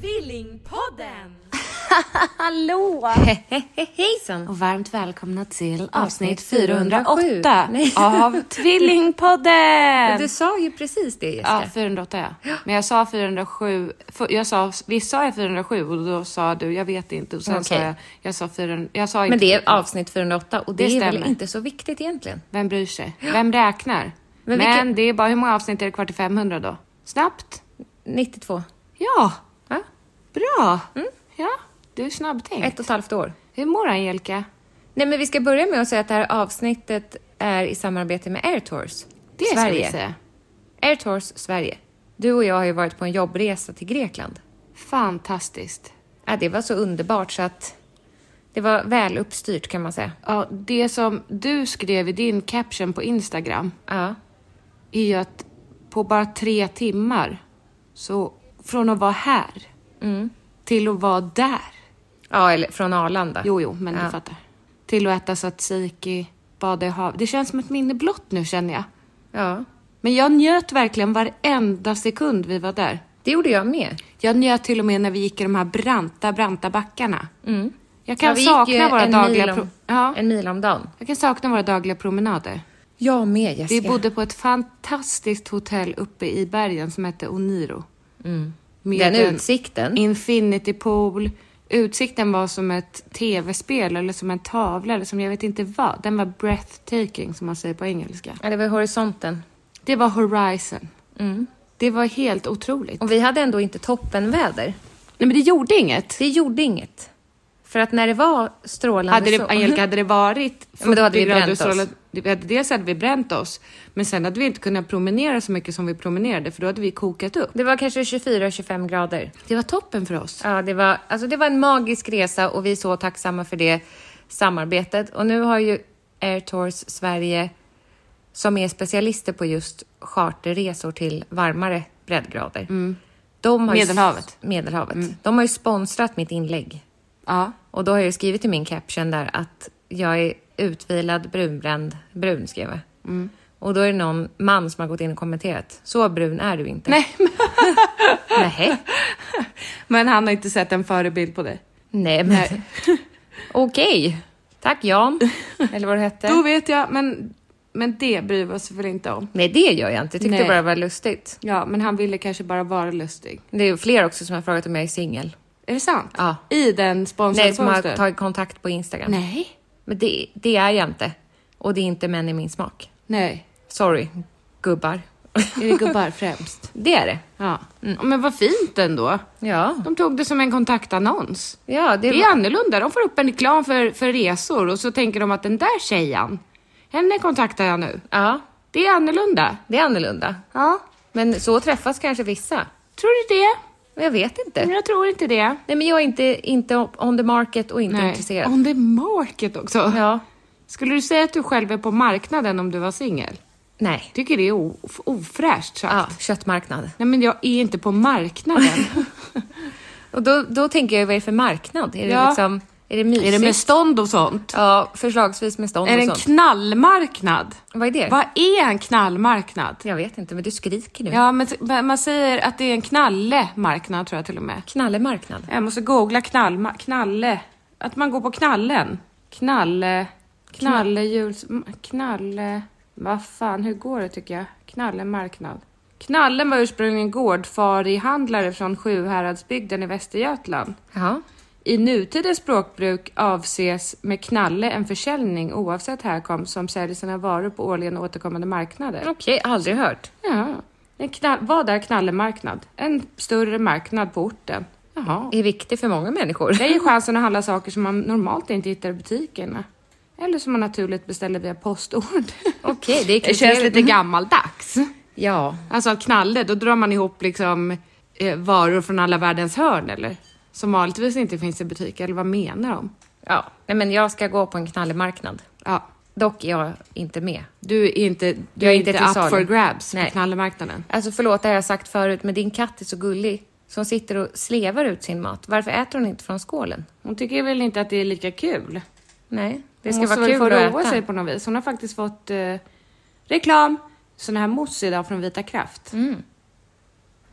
Tvillingpodden! Hallå! Hejsan! Och varmt välkomna till avsnitt Avsnitt 408 Nej. av Tvillingpodden! Du sa ju precis det Jessica. Ja, 408 ja. Men jag sa 407, för- jag sa, visst sa jag 407 och då sa du, jag vet inte. Och sen sa Okej. jag, jag sa 400, jag sa Men inte, det är avsnitt 408 och det, Det är väl stämmer. inte så viktigt egentligen. vem bryr sig? Vem räknar? Men Men, vilken- det är bara, hur många avsnitt är det kvar till 500 då? Snabbt? 92. Ja! Va? Bra! Ja, du är snabbtänkt. Mm. Ett och ett halvt år. Hur mår Angelica? Nej men vi ska börja med att säga att det här avsnittet är i samarbete med Airtours. Det Sverige. ska vi säga. Airtours Sverige. Du och jag har ju varit på en jobbresa till Grekland. Fantastiskt. Ja, det var så underbart så att det var väl uppstyrt kan man säga. Ja, det som du skrev i din caption på Instagram Ja. är ju att på bara tre timmar, så från att vara här till att vara där. Mm. Ja, eller från Arlanda. Jo, jo, men Ja. du fattar. Till att äta tzatziki, bada i hav. Det känns som ett minne blott nu känner jag. Ja. Men jag njöt verkligen varenda sekund vi var där. Det gjorde jag med. Jag njöt till och med när vi gick i de här branta, branta backarna. Jag kan Mm. Ja, vi gick ju sakna våra en dagliga... mil om- pro- ja, En mil om dagen. jag kan sakna våra dagliga promenader. Jag med Jessica. Vi bodde på ett fantastiskt hotell uppe i bergen som hette Oniro. Med Mm. Den en utsikten. Infinity pool. Utsikten var som ett tv-spel eller som en tavla eller som jag vet inte vad. Den var breathtaking som man säger på engelska. Ja, det var horisonten. Det var horizon. Mm. Det var helt otroligt. Och vi hade ändå inte toppenväder. Nej men det gjorde inget. Det gjorde inget. För att när det var strålande Hade det, sol... Angelica, hade det varit 40 Ja, men då hade vi grader bränt oss. sol- vi hade- Dels hade vi bränt oss, men sen hade vi inte kunnat promenera så mycket som vi promenerade för då hade vi kokat upp. Det var kanske 24-25 grader. Det var toppen för oss. Ja, det var, alltså det var en magisk resa och vi är så tacksamma för det samarbetet. Och nu har ju Air Tours Sverige, som är specialister på just charterresor till varmare breddgrader. De har ju- Mm. Medelhavet. Mm. Medelhavet. De har ju sponsrat mitt inlägg. Ja. Och då har jag ju skrivit i min caption där att jag är utvilad, brunbränd, brun skrev jag. Mm. Och då är det någon man som har gått in och kommenterat. Så brun är du inte. Nej, men- Nej. men han har inte sett en förebild på dig. Nej, men... Okej. Tack Jan. Eller vad det Då hette. vet jag, men, men det bryr vi oss väl inte om. Nej, det gör jag inte. Jag tyckte Nej. bara det var lustigt. Ja, men han ville kanske bara vara lustig. Det är ju fler också som har frågat om jag är singel. Är det sant? Ja. I den sponsrade Nej, som har posten? tagit kontakt på Instagram. Nej. Men det, det är jag inte. Och det är inte män i min smak. Nej. Sorry, gubbar. Är det gubbar främst? Det är det. Ja. Men vad fint ändå. Ja. De tog det som en kontaktannons. Ja, det, Det är annorlunda. De får upp en reklam för, för resor och så tänker de att den där tjejen, henne kontaktar jag nu. Ja, Det är annorlunda. det är annorlunda. Ja. Men så träffas kanske vissa. Tror du det? Men Jag vet inte. Jag tror inte det. Nej, men jag är inte, inte on the market och inte intresserad. On the market också. Ja. Skulle du säga att du själv är på marknaden om du var singel? Nej. Tycker det är of- ofräscht sagt. Ja, köttmarknad. Nej men jag är inte på marknaden. Och då, då tänker jag, vad är det för marknad? Är det Ja. liksom Är det mysigt? Är det med stånd och sånt? Ja, förslagsvis med stånd Är det och en sånt. knallmarknad? Vad är det? Vad är en knallmarknad? Jag vet inte, men du skriker nu. Ja, men t- men man säger att det är en knallemarknad tror jag till och med. Knallemarknad. Jag måste googla knall, knalle. Att man går på knallen. Knalle... Knallejuls... Knalle... Vad fan, hur går det tycker jag? Knallemarknad. Knallen var ursprungligen gårdfarihandlare från Sjuhäradsbygden i Västergötland. Jaha. I nutidens språkbruk avses med knalle en försäljning oavsett härkomst som säljer sina varor på årligen återkommande marknader. Okej, aldrig hört. Ja. En knall, vad är knallemarknad? En större marknad på orten. Jaha. Är viktig för många människor. Det är ju chansen att handla saker som man normalt inte hittar i butikerna. Eller som man naturligt beställer via postorder. Okej, det är det känns kriteriet. lite Mm. gammaldags. Ja. Alltså knalle, då drar man ihop liksom eh, varor från alla världens hörn eller? Som vanligtvis inte finns i butiker, eller vad menar de? ja. Nej, men jag ska gå på en knallemarknad. Ja, Dock är jag inte med. du är inte, du Jag är är inte, inte till up salu. for grabs Nej. på knallemarknaden. Alltså förlåt, det har jag sagt förut, men din katt är så gullig. Så hon sitter och slevar ut sin mat. Varför äter hon inte från skålen? Hon tycker väl inte att det är lika kul? Nej, det Hon ska måste vara väl kul få att roa äta. sig på något vis. Hon har faktiskt fått eh, reklam, sån här mousse idag från Vita Kraft.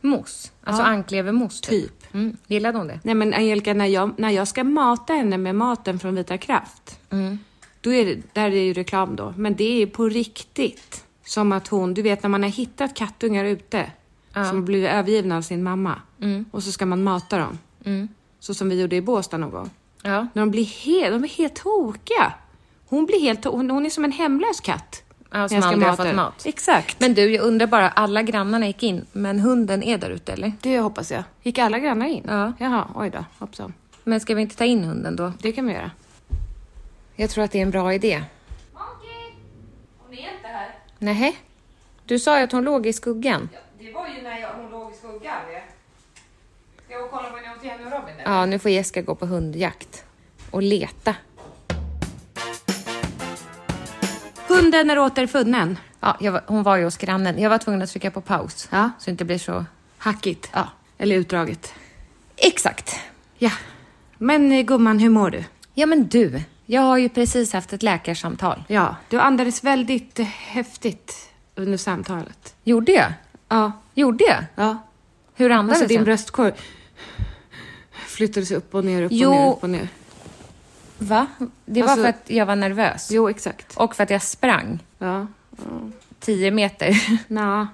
Mos. Alltså Ja. anklevermos typ. Mm. Gillade hon det? Nej men Angelica, när jag, när jag ska mata henne med maten från Vita Kraft, Mm. då är det, där är det ju reklam då, men det är på riktigt. Som att hon, du vet när man har hittat kattungar ute, som har blivit övergivna av sin mamma, Mm. och så ska man mata dem. Så som vi gjorde i Båstad någon gång. Ja. När de blir helt, de är helt tokiga. Hon blir helt, to- hon, hon är som en hemlös katt. Ja, när som jag ska aldrig har mata fått den. mat. Exakt. Men du, jag undrar bara, alla grannarna gick in, men hunden är där ute eller? det hoppas jag. Gick alla grannar in? Ja. Jaha, oj då, hoppsan. Men ska vi inte ta in hunden då? Det kan vi göra. Jag tror att det är en bra idé. Hon är inte här. Nej. Du sa ju att hon låg i skuggan. Det var ju när jag, hon låg i skuggan. ja. Ska jag kolla på henne och Jenny och Robin nu? Ja, nu får Jessica gå på hundjakt och leta. Hunden är återfunnen. Ja, jag var, hon var ju hos grannen. Jag var tvungen att trycka på paus. Ja. Så det inte blir så... Hackigt. Ja. Eller utdraget. Exakt. Ja. Men eh, gumman, hur mår du? Ja, men du. Jag har ju precis haft ett läkarsamtal. Ja, du andades väldigt eh, häftigt under samtalet. Gjorde jag? Ja. Gjorde jag? Ja. Hur andades Alltså din jag? bröstkorg flyttades upp och ner, upp Jo. och ner, upp och ner. Va? Det var Alltså- för att jag var nervös. Jo, exakt. Och för att jag sprang Ja. 10 meter. Nja.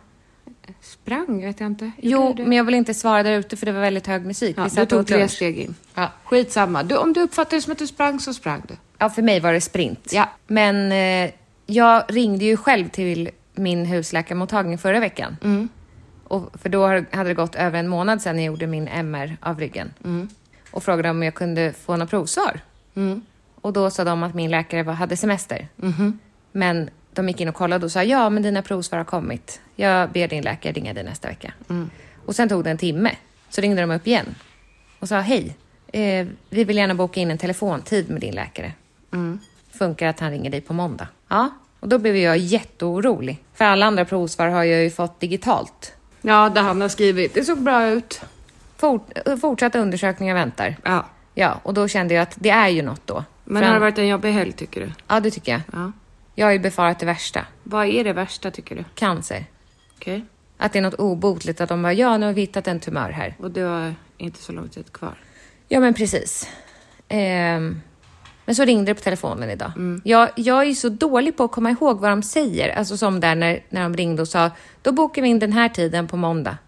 Sprang vet jag inte. Gjorde Jo, du det? men jag vill inte svara där ute för det var väldigt hög musik. Ja, Vi du satt och tog åt tre lunch. steg in. Ja. Skitsamma. Du, om du uppfattade det som att du sprang så sprang du. Ja, för mig var det sprint. Ja. Men eh, jag ringde ju själv till min husläkarmottagning förra veckan. Och, för då har- hade det gått över en månad sedan jag gjorde min MR av ryggen. Och frågade om jag kunde få några provsvar. Och då sa de att min läkare var, hade semester. Men de gick in och kollade och sa ja, men dina provsvar har kommit. Jag ber din läkare ringa dig nästa vecka. Och sen tog det en timme. Så ringde de upp igen och sa hej. Eh, vi vill gärna boka in en telefontid med din läkare. Funkar att han ringer dig på måndag? Ja. Och då blev jag jätteorolig. För alla andra provsvar har jag ju fått digitalt. Ja, det han har skrivit. Det såg bra ut. Fort, eh, fortsatta undersökningar väntar. Ja. Ja, och då kände jag att det är ju något då. Men För har det han- varit en jobbig helg tycker du? Ja, det tycker jag. Ja. Jag har ju befarat det värsta. Vad är det värsta tycker du? Cancer. Okej. Att det är något obotligt, att de bara ja, nu har vi hittat en tumör här. Och du har inte så lång tid kvar. Ja, men precis. Ehm, men så ringde det på telefonen idag. Mm. Jag, jag är så dålig på att komma ihåg vad de säger. Alltså som där när, när de ringde och sa, då bokar vi in den här tiden på måndag.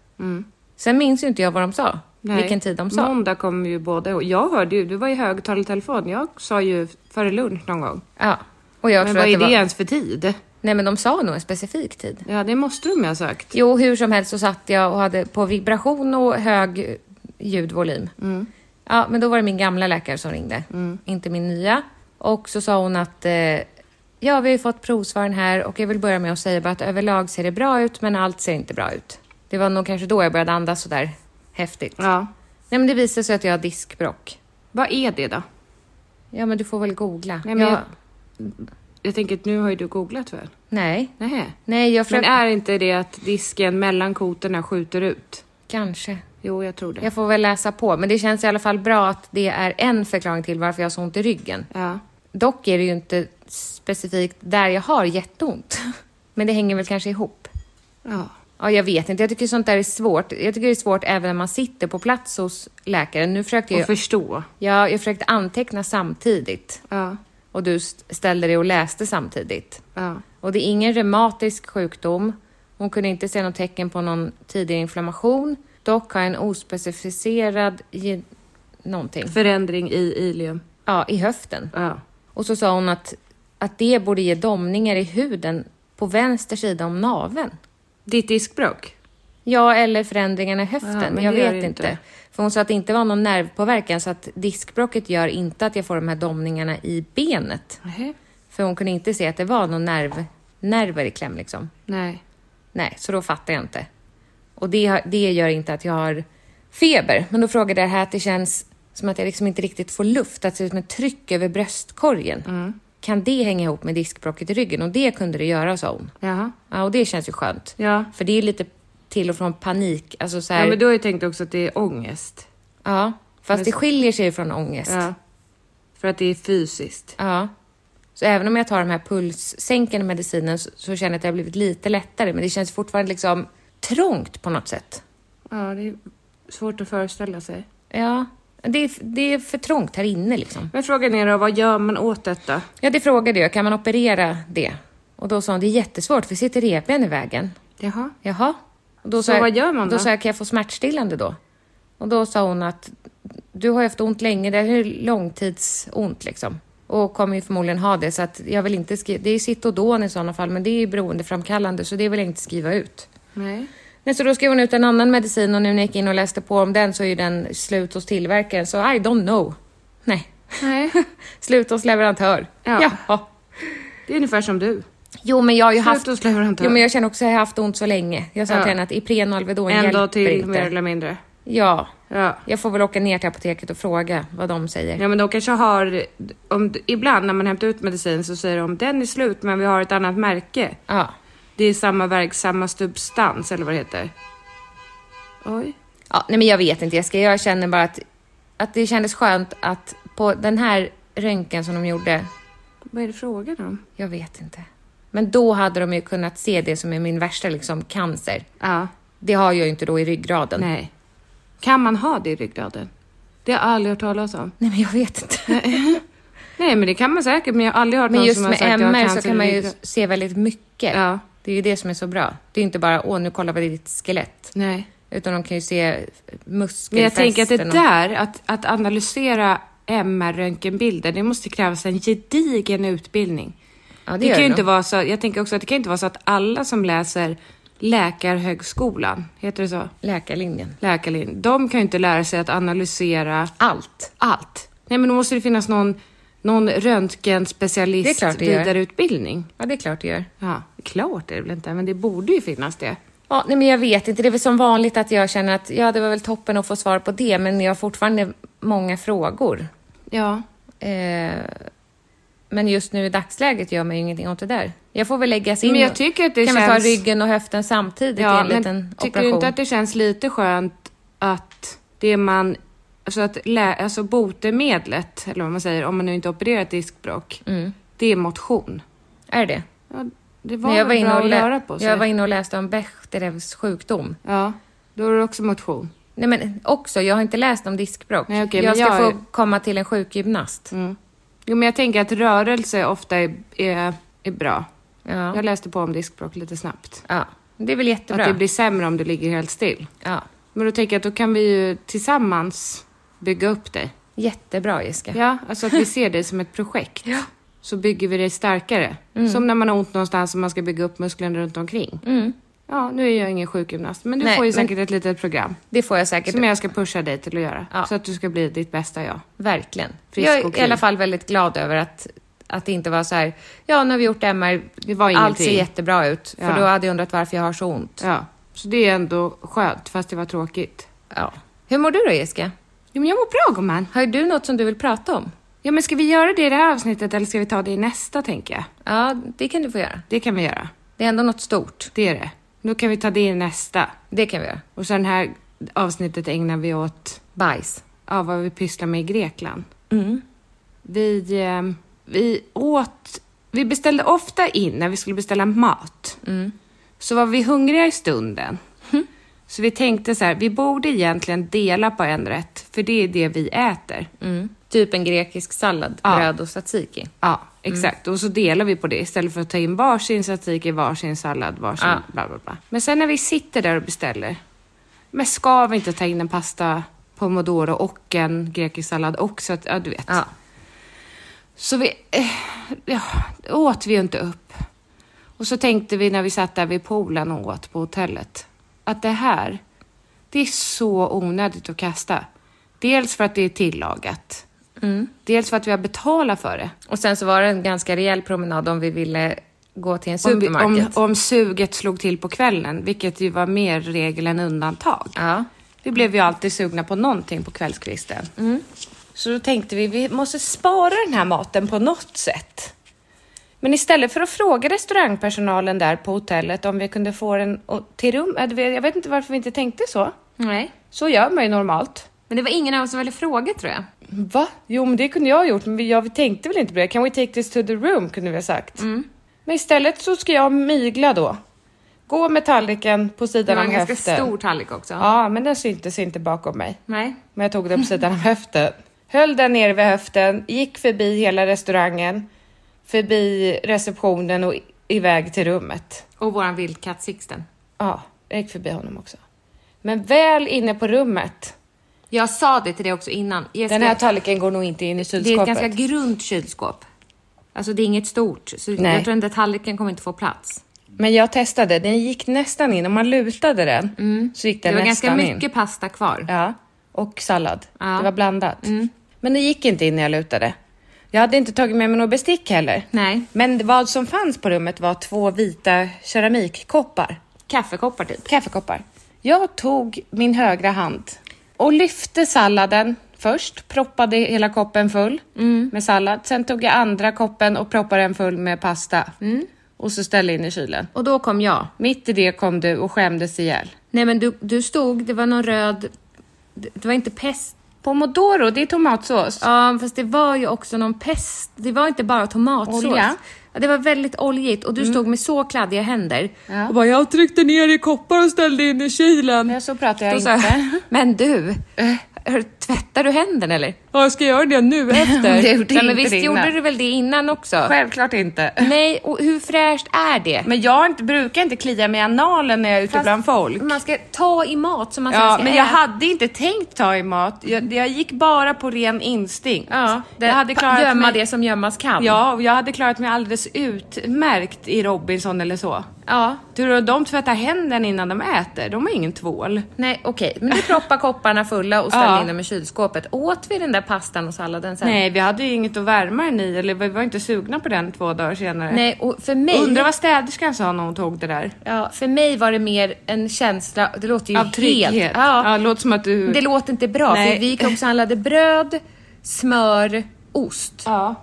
Sen minns ju inte jag vad de sa. Vilken tid de sa. Mm. Måndag kom ju båda ihåg. Jag hörde ju, du var i högtalartelefon. Jag sa ju före lunch någon gång. Ja. Och jag men tror vad att är det det, var... ens för tid? Nej, men de sa nog en specifik tid. Ja, det måste de ju ha sagt. Jo, hur som helst så satt jag och hade på vibration och hög ljudvolym. Mm. Ja, men då var det min gamla läkare som ringde, inte min nya. Och så sa hon att eh, ja, vi har ju fått provsvaren här och jag vill börja med att säga bara att överlag ser det bra ut, men allt ser inte bra ut. Det var nog kanske då jag började andas så där häftigt. Ja. Nej, men det visade sig att jag har diskbråck. Vad är det då? Ja, men du får väl googla. Nej, men Ja, jag, jag tänker att nu har ju du googlat väl? nej. Nej. nej jag Men försökte... är inte det att disken mellan koterna skjuter ut? Kanske. Jo, jag tror det. Jag får väl läsa på, men det känns i alla fall bra att det är en förklaring till varför jag har så ont i ryggen. Ja. Dock är det ju inte specifikt där jag har jätteont. Men det hänger väl kanske ihop. Ja. Ja, jag vet inte. Jag tycker sånt där är svårt. Jag tycker det är svårt även när man sitter på plats hos läkaren. Nu försökte Och jag... förstå. Ja, jag försökte anteckna samtidigt. Ja. Och du st- ställde dig och läste samtidigt. Ja. Och det är ingen reumatisk sjukdom. Hon kunde inte se något tecken på någon tidig inflammation. Dock har jag en ospecificerad... Ge- någonting. Förändring i ilium. Ja, i höften. Ja. Och så sa hon att, att det borde ge domningar i huden på vänster sida om naveln. Ditt diskbråck? Ja, eller förändringarna i Ja, höften. men jag det gör vet det inte. inte. För hon sa att det inte var någon nervpåverkan så att diskbråcket gör inte att jag får de här domningarna i benet. Nej. För hon kunde inte se att det var någon nerv, nerver i kläm liksom. Nej. Nej, så då fattar jag inte. Och det, har- det gör inte att jag har feber. Men då frågade jag det här att det känns som att jag liksom inte riktigt får luft, att det ser ut som ett tryck över bröstkorgen. Mm. Kan det hänga ihop med diskbråcket i ryggen? Och det kunde det göra, sa hon. Jaha. Ja, och det känns ju skönt. Ja. För det är lite till och från panik. Alltså så här, Ja, ja, men då har jag tänkt också att det är ångest. fast det skiljer sig från ångest. Ja. För att det är fysiskt. Ja. Så även om jag tar de här pulssänkande medicinen så, så känner jag att det har blivit lite lättare. Men det känns fortfarande liksom trångt på något sätt. Ja, det är svårt att föreställa sig. Ja, det är, det är för trångt här inne liksom. Men frågan är då, vad gör man åt detta? Ja, det frågade jag. Kan man operera det? Och då sa hon, det är jättesvårt för sitter revben i vägen. Jaha. Jaha. Och då Så jag, vad gör man Då då? sa jag, kan jag få smärtstillande då? Och då sa hon att du har ju haft ont länge, det här är långtidsont liksom. Och kommer ju förmodligen ha det, så att jag vill inte skriva... Det är ju Citodon i sådana fall, men det är ju beroendeframkallande, så det vill jag inte skriva ut. Nej. Nej, så då skrev hon ut en annan medicin och nu när jag gick in och läste på om den så är ju den slut hos tillverkaren, så I don't know. Nej. Nej. slut hos leverantör. Ja. Jaha. Det är ungefär som du. Jo, men jag har ju Slut haft... hos leverantör. Jo, men jag känner också att jag har haft ont så länge. Jag sa Ja. till henne att Ipren och Alvedon En hjälper dag till inte. mer eller mindre. Ja. Ja. Jag får väl åka ner till apoteket och fråga vad de säger. Ja men de kanske har, om, ibland när man hämtar ut medicin så säger de den är slut men vi har ett annat märke. Ja. Det är samma verk, samma substans eller vad det heter. Oj. ja nej, men jag vet inte Jessica. Jag känner bara att, att det kändes skönt att på den här röntgen som de gjorde, Vad är det frågan om? jag vet inte. Men då hade de ju kunnat se det som är min värsta liksom, cancer. Ja. Det har jag ju inte då i ryggraden. Nej. Kan man ha det i ryggraden? Det har jag aldrig hört talas om. Nej, men jag vet inte. Nej men det kan man säkert men jag har aldrig hört Men någon just som har med sagt att jag har MR så cancer kan i man ju ryggraden. se väldigt mycket. Ja. Det är ju det som är så bra. Det är ju inte bara, åh nu kollar vi ditt skelett. Nej. Utan de kan ju se muskelfästen. Men jag tänker att det och- där, att, att analysera MR-röntgenbilder, det måste krävas en gedigen utbildning. Ja, det det gör kan det ju inte nog. vara så, jag tänker också att det kan inte vara så att alla som läser Läkarhögskolan, heter det så? Läkarlinjen. Läkarlinjen. De kan ju inte lära sig att analysera Allt. allt. Nej men då måste det finnas någon, någon Det är klart röntgenspecialist det gör. vidareutbildning. Ja, det är klart det gör. Ja, klart är det väl inte, men det borde ju finnas det. Ja, nej, men jag vet inte. Det är väl som vanligt att jag känner att ja, det var väl toppen att få svar på det, men jag har fortfarande många frågor. Ja. Eh, men just nu i dagsläget gör man ju ingenting åt det där. Jag får väl läggas in Men jag och- tycker att det kan man känns- ta ryggen och höften samtidigt i en liten tycker operation. du inte att det känns lite skönt att det man, alltså att lä, alltså botemedlet, eller vad man säger, om man nu inte opererat diskbråck, Mm. det är motion. Är det? Ja, det var, Nej, väl bra att lä- röra på sig. jag var inne och läste om Bechdels sjukdom. Ja, då är det också motion. Nej men också, jag har inte läst om diskbråck. Nej, okej, jag men ska jag Mm. är- få komma till en sjukgymnast. Jo, men jag tänker att rörelse ofta är, är, är bra. Ja. Jag läste på om diskbråck lite snabbt. ja. Det är väl jättebra. Att det blir sämre om du ligger helt still. ja. Men då tänker jag att då kan vi ju tillsammans bygga upp dig. Jättebra Jessica. Ja, alltså att vi ser det som ett projekt. Så bygger vi det starkare. Mm. Som när man har ont någonstans och man ska bygga upp musklerna runt omkring. Ja, nu är jag ingen sjukgymnast, men du Mm. Nej, får ju men- säkert ett litet program. Det får jag säkert. Som jag ska pusha dig till att göra. Ja. Så att du ska bli ditt bästa jag. Verkligen. Frisk jag är och i kry. alla fall väldigt glad över att, att det inte var så här, ja nu har vi gjort MR, Det var allt ser ingenting. jättebra ut. För Ja. då hade jag undrat varför jag har så ont. Ja. Så det är ändå skönt, fast det var tråkigt. Ja. Hur mår du då Jessica? Jo, men jag mår bra gumman. Har du något som du vill prata om? Ja, men ska vi göra det i det här avsnittet eller ska vi ta det i nästa, tänker jag? Ja, det kan du få göra. Det kan vi göra. Det är ändå något stort. Det är det. Då kan vi ta det i nästa. Det kan vi göra. Och sen den här avsnittet ägnar vi åt Bajs. ja, vad vi pysslar med i Grekland. Vi, eh, vi åt... Vi beställde ofta in när vi skulle beställa mat. Så var vi hungriga i stunden. Så vi tänkte så här, vi borde egentligen dela på en rätt, för det är det vi äter. Typ en grekisk sallad, Ja. bröd och tzatziki. Ja, Mm. exakt. Och så delar vi på det istället för att ta in varsin tzatziki, varsin sallad, varsin Ja. bla bla bla. Men sen när vi sitter där och beställer, men ska vi inte ta in en pasta pomodoro och en grekisk sallad också? Att, ja, du vet. Ja. Så vi, eh, ja, det åt vi ju inte upp. Och så tänkte vi när vi satt där vid poolen och åt på hotellet, att det här, det är så onödigt att kasta. Dels för att det är tillagat. Mm. Dels för att vi har betalat för det. Och sen så var det en ganska rejäl promenad om vi ville gå till en Om vi- om, supermarket. om suget slog till på kvällen, vilket ju var mer regel än undantag. Ja. Vi blev ju alltid sugna på någonting på kvällskvisten. Mm. Så då tänkte vi, vi måste spara den här maten på något sätt. Men istället för att fråga restaurangpersonalen där på hotellet om vi kunde få den och- till rum, äh, du vet, jag vet inte varför vi inte tänkte så. Nej. Så gör man ju normalt. Men det var ingen av oss som ville fråga tror jag. Va? Jo, men det kunde jag ha gjort, men vi- jag vi tänkte väl inte på det. Can we take this to the room, kunde vi ha sagt. Mm. Men istället så ska jag mygla då. Gå med tallriken på Det sidan var av en höften. ganska stor tallrik också. Ja, men den syntes inte bakom mig. Nej. Men jag tog den på sidan av höften. Höll den nere vid höften, gick förbi hela restaurangen, förbi receptionen och i- iväg till rummet. Och våran vildkatt Sixten. Ja, jag gick förbi honom också. Men väl inne på rummet. Jag sa det till dig också innan. Jessica, Den här tallriken går nog inte in i det är ett kylskåpet. ganska grunt kylskåp. Alltså det är inget stort, så Nej. jag tror den där tallriken kommer inte få plats. Men jag testade, den gick nästan in. Om man lutade den så gick Mm. Det, den var ganska nästan mycket in. pasta kvar. Ja, och sallad. Ja. Mm. Det var blandat. Men det gick inte in när jag lutade. Jag hade inte tagit med mig något bestick heller. Nej. Men vad som fanns på rummet var två vita keramikkoppar. Kaffekoppar typ. Kaffekoppar. Jag tog min högra hand och lyfte salladen först, proppade hela koppen full Mm. med sallad. Sen tog jag andra koppen och proppade den full med pasta. Och så ställde in i kylen. Mm. Och då kom jag. Mitt i det kom du och skämdes ihjäl. Nej men du, du stod, det var någon röd... Det, det var inte pest... Pomodoro, det är tomatsås. Ja, fast det var ju också någon pest. Det var inte bara tomatsås. Olja? Mm. Ja, det var väldigt oljigt och du stod med så kladdiga händer. Ja. Och bara, jag tryckte ner i koppar och ställde in i kylen. Ja, så pratar jag Då sa jag, inte. Eh. Men du, hör, tvättar du händerna eller? Ja, jag ska göra det nu efter. jag gjorde Nej, men inte visst det innan. gjorde du väl det innan också? Självklart inte. Nej, och hur fräscht är det? Men jag har inte, brukar inte klia mig i analen när jag är ute Fast bland folk. Man ska ta i mat som man sen Ja, ska men jag äta. hade inte tänkt ta i mat. Jag, jag gick bara på ren instinkt. Ja, det, jag hade klarat gömma mig, det som gömmas kan. Ja, och jag hade klarat mig alldeles utmärkt i Robinson eller så. ja. Tror du att de tvättar händerna innan de äter? De har ingen tvål. Nej, okej. Men du proppar kopparna fulla och ställer Ja. in dem i kylskåpet. Åt vi den där pastan och salladen sen? Nej, vi hade ju inget att värma den i, eller vi var inte sugna på den två dagar senare. Nej, och för mig... Undrar vad städerskan sa när hon tog det där. Ja, för mig var det mer en känsla, det låter ju Av trygghet. helt... Ja. Ja, låter som att du... Det låter inte bra, Nej. för vi gick också och handlade bröd, smör, ost. Ja,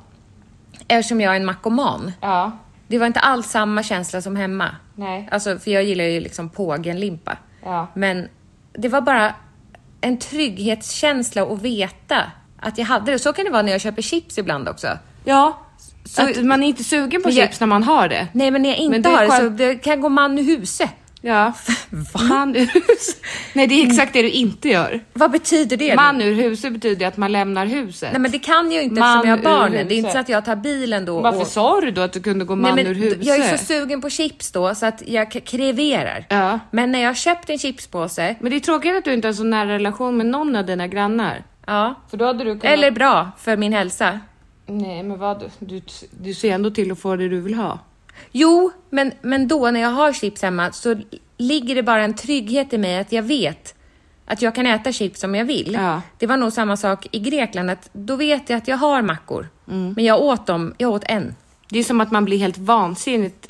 Eftersom jag är en makoman. ja. Det var inte alls samma känsla som hemma. Nej. Alltså, för jag gillar ju liksom pågenlimpa. Ja. Men det var bara en trygghetskänsla att veta att jag hade det. Så kan det vara när jag köper chips ibland också. Ja, Så- att man är inte sugen på Men jag- chips när man har det. Nej, men när jag inte Men det är har det så skönt. det kan gå man ur huse. Ja. Man ur hus. Nej, det är exakt det du inte gör. Vad betyder det? Man ur huset betyder att man lämnar huset. Nej, men det kan jag ju inte Man eftersom jag ur har barnen. Det är inte huset. så att jag tar bilen då Varför och... sa du då att du kunde gå man Nej, men ur huset? Jag är så sugen på chips då så att jag k- kreverar. Ja. Men när jag har köpt en chipspåse, men det är tråkigt att du inte har så nära relation med någon av dina grannar. ja. För då hade du kunnat... Eller bra för min hälsa. Nej, men vad? Du, du ser ändå till att få det du vill ha. Jo, men, men då när jag har chips hemma så ligger det bara en trygghet i mig att jag vet att jag kan äta chips om jag vill. Ja. Det var nog samma sak i Grekland, att då vet jag att jag har mackor. Mm. Men jag åt dem, jag åt en. Det är som att man blir helt vansinnigt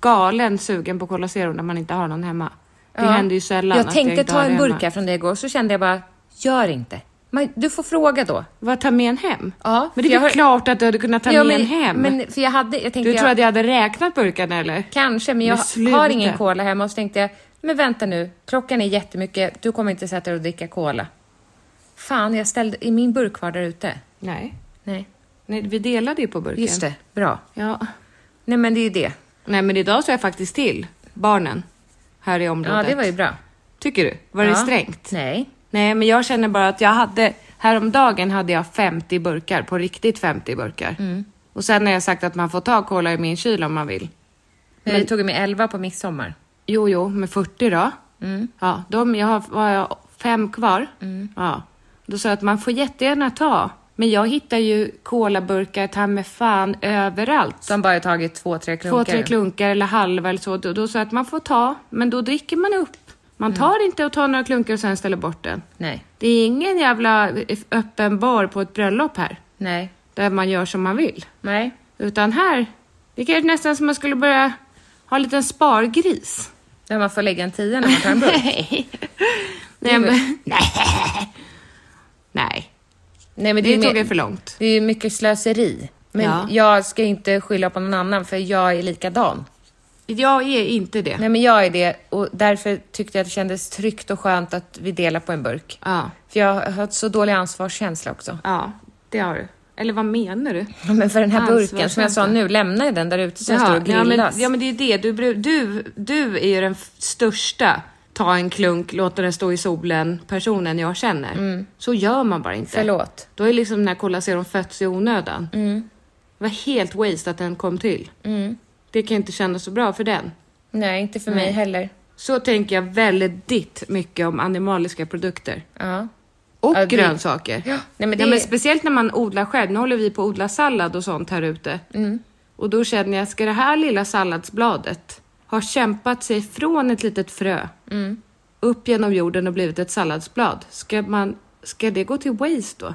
galen sugen på Cola Zero när man inte har någon hemma. Det Ja. händer ju sällan Jag att tänkte inte ta har en det hemma. burka från dig igår, så kände jag bara, gör inte. Men du får fråga då. Vad, ta med en hem? Ja, men det är jag väl har- klart att du hade kunnat ta Ja, med men, en hem? Men, för jag hade, jag du tänkte tror jag, att jag hade räknat burkarna eller? Kanske, men jag Men sluta. har ingen cola hemma och så tänkte jag, Men vänta nu, klockan är jättemycket. Du kommer inte sätta dig och dricka cola. Fan, jag ställde... i min burk kvar där ute? Nej. Nej. Nej, vi delade ju på burken. Just det, bra. Ja. Nej, men det är ju det. Nej, men idag sa jag faktiskt till barnen här i området. Ja, det var ju bra. Tycker du? Var det ja. strängt? Nej. Nej, men jag känner bara att jag hade... Häromdagen hade jag 50 burkar, på riktigt 50 burkar. Och sen har jag sagt att man får ta cola i min kyl om man vill. Men... Vi tog ju med 11 på midsommar. Jo, jo, men 40 då. Ja, de, jag har, har jag fem kvar. Ja. Då sa jag att man får jättegärna ta. Men jag hittar ju colaburkar ta med fan överallt. Som bara tagit två, tre klunkar. Två, tre klunkar eller halva eller så. Då, då sa jag att man får ta, men då dricker man upp. Man tar inte och tar några klunkar och sen ställer bort den. Nej. Det är ingen jävla öppen bar på ett bröllop här, Nej. där man gör som man vill. Nej. Utan här, det är nästan som man skulle börja ha en liten spargris. Där man får lägga en tia när man tar en burk. Nej. Nej, men... Nej. Nej, men Det mer- tog det för långt. Det är ju mycket slöseri. Men Ja. jag ska inte skylla på någon annan för jag är likadan. Jag är inte det. Nej men jag är det och därför tyckte jag att det kändes tryggt och skönt att vi delar på en burk. Ja. För jag har ett så dålig ansvarskänsla också. Ja, det har du. Eller vad menar du? Men för den här burken, som jag sa Ansvarskänsla. nu, lämnar jag den där ute så den står och ja, men, grillas. ja, men det är det. Du, bru- du, du är ju den f- största ta en klunk, låta den stå i solen personen jag känner. Så gör man bara inte. Mm. Förlåt. Mm. Då är liksom när Cola Zero fötts i onödan. Det var helt waste att den kom till. Det kan inte kännas så bra för den. Nej, inte för mig Nej. heller. Så tänker jag väldigt mycket om animaliska produkter. Ja. Och Ja, det- grönsaker. Ja, nej, men det- ja, men speciellt när man odlar själv. Nu håller vi på att odla sallad och sånt här ute. Mm. Och då känner jag, ska det här lilla salladsbladet ha kämpat sig från ett litet frö Mm. upp genom jorden och blivit ett salladsblad? Ska, man, ska det gå till waste då?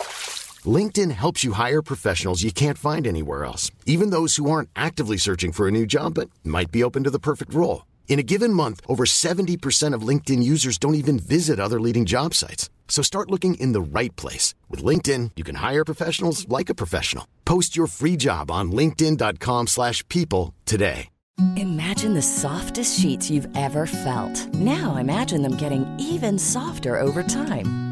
LinkedIn helps you hire professionals you can't find anywhere else, even those who aren't actively searching for a new job but might be open to the perfect role. In a given month, over 70% of LinkedIn users don't even visit other leading job sites. So start looking in the right place. With LinkedIn, you can hire professionals like a professional. Post your free job on linkedin.com/people slash people today. Imagine the softest sheets you've ever felt. Now imagine them getting even softer over time.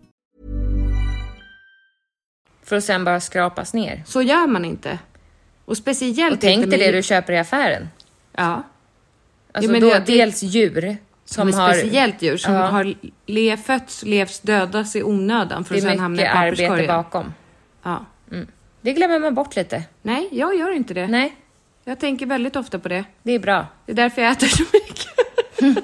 För att sen bara skrapas ner. Så gör man inte. Och speciellt Och tänk inte dig med- det du köper i affären. Ja. Alltså men då, jag- det- dels djur som Som har... speciellt djur som Ja. har le, fötts, levs, dödas i onödan för Det att sen är hamna i mycket arbete papperskorgen. bakom. Ja. Det glömmer man bort lite. Nej, jag gör inte det. Nej, Jag tänker väldigt ofta på det. det är bra. Det är därför jag äter så mycket. Mm.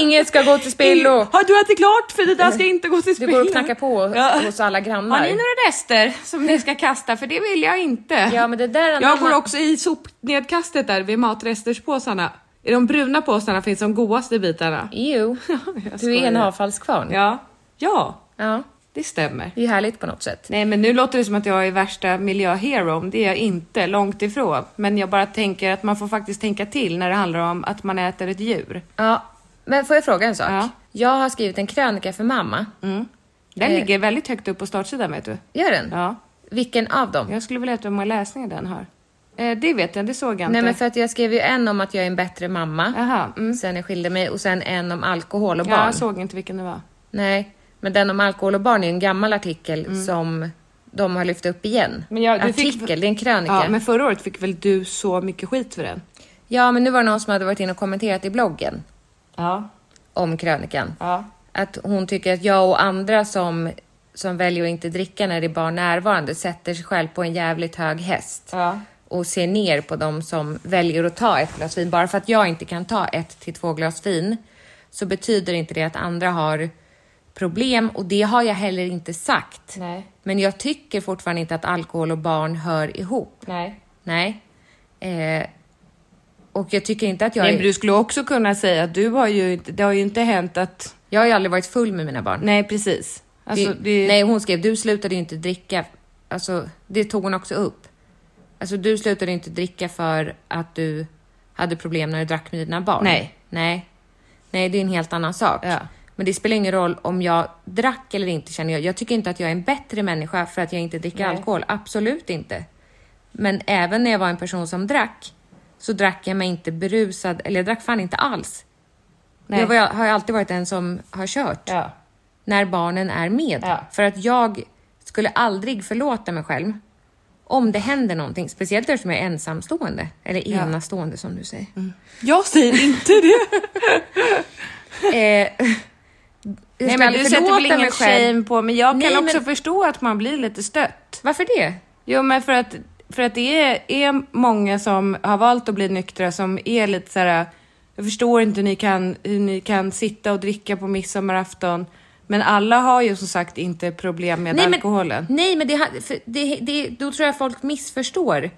Inget ska gå till spillo. Har du ätit klart? För det där ska inte gå till Du spillo. går och knackar på Ja. hos alla grannar. Har ni några rester som ni ska kasta? För det vill jag inte. Ja, men det där- jag går också i sopnedkastet där vid matresterspåsarna. I de bruna påsarna finns de godaste bitarna. Jo, Jag du är en skojar. avfallskvarn. Ja. Ja, Ja, det stämmer. det är härligt på något sätt. Nej men nu låter det som att jag är värsta miljöheron, det är jag inte, långt ifrån. Men jag bara tänker att man får faktiskt tänka till när det handlar om att man äter ett djur. Ja, men får jag fråga en sak? Ja. Mm. Jag har skrivit en krönika för mamma. Den Eh. ligger väldigt högt upp på startsidan vet du. Gör den? Ja. Vilken av dem? Jag skulle vilja veta hur många läsningar den har. Eh, det vet jag, det såg jag inte. Nej, men för att jag skrev ju en om att jag är en bättre mamma Jaha, mm. sen jag skilde mig och sen en om alkohol och ja, barn. jag såg inte vilken det var. Nej, men den om alkohol och barn är ju en gammal artikel som de har lyft upp igen. Mm. Men jag- du Artikel, fick- det är en krönika. Ja, men förra året fick väl du så mycket skit för den? nu var det någon som hade varit inne och kommenterat i bloggen Ja. om krönikan. Ja. Att hon tycker att jag och andra som, som väljer att inte dricka när det är barn närvarande sätter sig själv på en jävligt hög häst. Ja. Och ser ner på de som väljer att ta ett glas vin. Bara för att jag inte kan ta ett till två glas vin så betyder inte det att andra har problem och det har jag heller inte sagt. Nej. Men jag tycker fortfarande inte att alkohol och barn hör ihop. Nej. Nej. Eh, och jag tycker inte att jag... Nej, men Är, du skulle också kunna säga att du har ju inte, det har ju inte hänt att... jag har ju aldrig varit full med mina barn. Nej, precis. Alltså, det, det, Nej, hon skrev du slutade ju inte dricka. Alltså, det tog hon också upp. Alltså, du slutade inte dricka för att du hade problem när du drack med dina barn. Nej. Nej, nej det är en helt annan sak. Ja. Men det spelar ingen roll om jag drack eller inte känner jag. Jag tycker inte att jag är en bättre människa för att jag inte dricker alkohol. Absolut inte. Men även när jag var en person som drack så drack jag mig inte berusad, eller jag drack fan inte alls. Nej. Jag var, har ju alltid varit en som har kört Ja. när barnen är med. Ja. För att jag skulle aldrig förlåta mig själv om det händer någonting. Speciellt eftersom jag är ensamstående. Eller enastående som du säger. Mm. Jag säger inte det! Eh, jag Nej, ska men aldrig du sätter förlåta väl ingen mig själv. shame på, men jag Nej, kan också men- förstå att man blir lite stött. Varför det? Jo, men för att, för att det är, är många som har valt att bli nyktra som är lite så här. jag förstår inte hur ni, kan, hur ni kan sitta och dricka på midsommarafton. Men alla har ju som sagt inte problem med alkoholen. Men, nej, men det, ha- för det, det, då tror jag folk missförstår.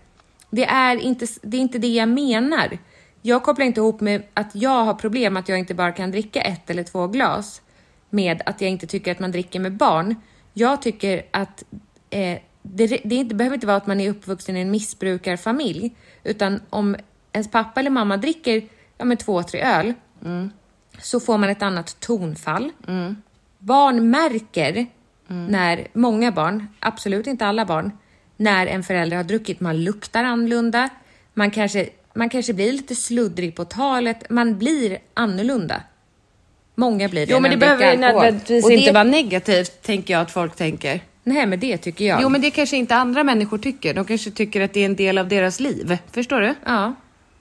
Det är, inte, det är inte det jag menar. Jag kopplar inte ihop med att jag har problem att jag inte bara kan dricka ett eller två glas med att jag inte tycker att man dricker med barn. Jag tycker att eh, det, det är inte, behöver inte vara att man är uppvuxen i en missbrukarfamilj, utan om ens pappa eller mamma dricker ja, men två, tre öl Mm. så får man ett annat tonfall. Barn märker när, många barn, absolut inte alla barn, när en förälder har druckit. Man luktar annorlunda, man kanske, man kanske blir lite sluddrig på talet, man blir annorlunda. Många blir det Jo, när men det de behöver ju dricker alkohol. nödvändigtvis Och det- inte vara negativt, tänker jag att folk tänker. Nej, men det tycker jag. Jo, men det kanske inte andra människor tycker. De kanske tycker att det är en del av deras liv. Förstår du? Ja.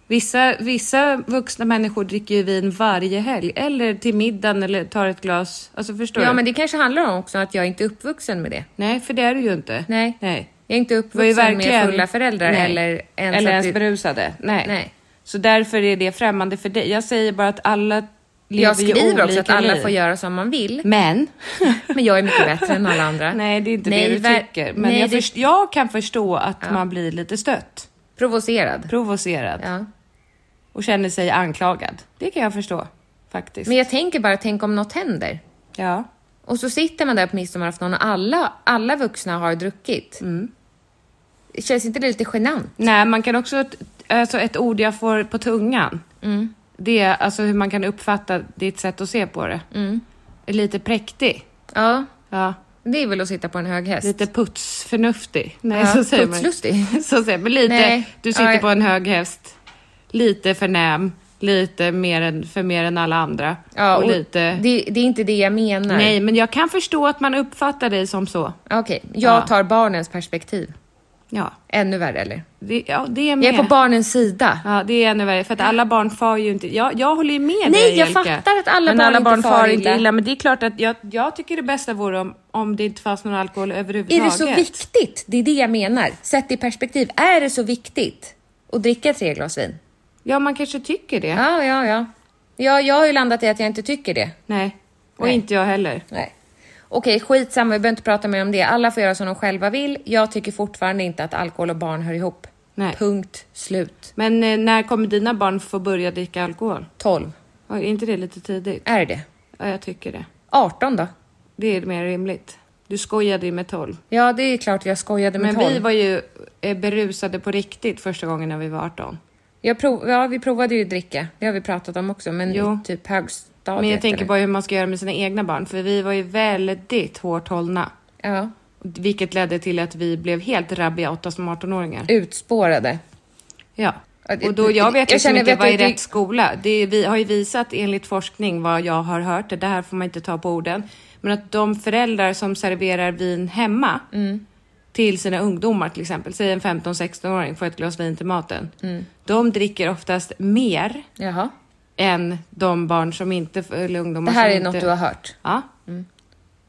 Vissa, vissa vuxna människor dricker ju vin varje helg, eller till middagen, eller tar ett glas. Alltså, förstår ja, du? men det kanske handlar om också att jag inte är uppvuxen med det. Nej, för det är du ju inte. Nej. Nej. Jag är inte Du var ju uppvuxen verkligen... med fulla föräldrar Nej. eller eller ens att ens det- berusade. Nej. Nej. Så därför är det främmande för dig. Jag säger bara att alla lever Jag ju skriver olika också att alla liv. får göra som man vill. Men. Men jag är mycket bättre än alla andra. Nej, det är inte det du ver- tycker. Men nej, jag, det- först- jag kan förstå att man blir lite stött, Provocerad. provocerad Ja. och känner sig anklagad. Det kan jag förstå faktiskt. Men jag tänker bara, tänk om något händer. Ja. Och så sitter man där på midsommarafton och alla, alla vuxna har druckit. Mm. Det Känns inte det lite genant? Nej, man kan också... Alltså ett ord jag får på tungan. Mm. Det är alltså hur man kan uppfatta ditt sätt att se på det. Mm. Är Lite präktig. Ja, Ja. det är väl att sitta på en hög häst. Lite putsförnuftig. Nej, Ja, så säger man. putslustig. Så säger man. Lite, Nej, du sitter ja. på en hög häst. Lite förnäm. Lite mer än, för mer än alla andra. ja, och, lite... det, det är inte det jag menar. Nej, men jag kan förstå att man uppfattar dig som så. Okej, jag Ja. tar barnens perspektiv. Ja, Ännu värre eller? det, ja, det är med. Jag är på barnens sida. Ja, det är ännu värre. För att alla barn far ju inte... Jag, jag håller ju med dig, Nej, jag Angelica. fattar att alla men barn alla inte barn far far inte illa. illa. Men det är klart att jag, jag tycker det bästa vore om, om det inte fanns någon alkohol Är överhuvudtaget. det så viktigt? Det är det jag menar. Sett i perspektiv, är det så viktigt att dricka tre glas vin? Ja, man kanske tycker det. Ja, ja, ja. ja jag har ju landat i att jag inte tycker det. Nej, och Nej. inte jag heller. Nej. Okej, skitsamma, vi behöver inte prata mer om det. Alla får göra som de själva vill. Jag tycker fortfarande inte att alkohol och barn hör ihop. Nej. Punkt slut. Men eh, när kommer dina barn få börja dricka alkohol? 12. Oj, Är inte det lite tidigt? Är det Ja, jag tycker det. 18 då? Det är mer rimligt. Du skojade ju med 12. Ja, det är klart jag skojade med Men 12. vi var ju eh, berusade på riktigt första gången när vi var 18. jag prov... Ja, vi provade ju dricka. Det har vi pratat om också, men Jo. i typ högstadiet. Men jag tänker eller? bara hur man ska göra med sina egna barn, för vi var ju väldigt hårt hållna. Ja, Vilket ledde till att vi blev helt rabiata som 18-åringar. utspårade. Ja. Ja, det- Och då, jag vet jag liksom känner- inte vet vad är inte- rätt skola. Det är, vi har ju visat enligt forskning vad jag har hört, det Mm. här får man inte ta på orden. Men att de föräldrar som serverar vin hemma till sina ungdomar till exempel, säg en 15-16-åring får ett glas vin till maten. Mm. De dricker oftast mer Jaha. än de barn som inte, eller Det ungdomar här som är inte... något du har hört. Ja. Mm.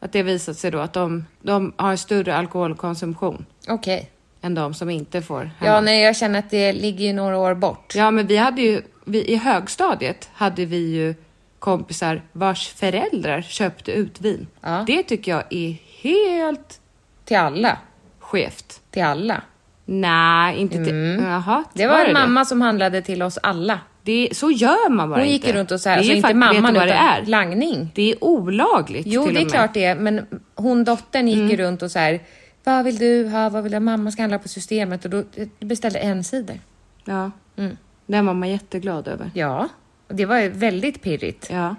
Att det visat sig då att de, de har större alkoholkonsumtion Okej. än de som inte får hemma. Ja, nej, jag känner att det ligger ju några år bort. Ja, men vi hade ju, vi, i högstadiet hade vi ju kompisar vars föräldrar köpte ut vin. Ja. Det tycker jag är helt Till alla. skevt. Till alla. Nej, inte till... Jaha, Mm. Det var, en det? mamma som handlade till oss alla. Det, så gör man bara Hon inte. gick ju runt och så här, det är alltså ju inte faktiskt- mamman vet du vad utan det är? langning. Det är olagligt Jo, till och det är med. Mm. klart det är, men hon dottern gick ju runt och så här, vad vill du ha, vad vill jag, mamma ska handla på systemet och då eh, beställde en cider. Ja. Mm. Den var man jätteglad över. Ja, och det var ju väldigt pirrigt. Ja.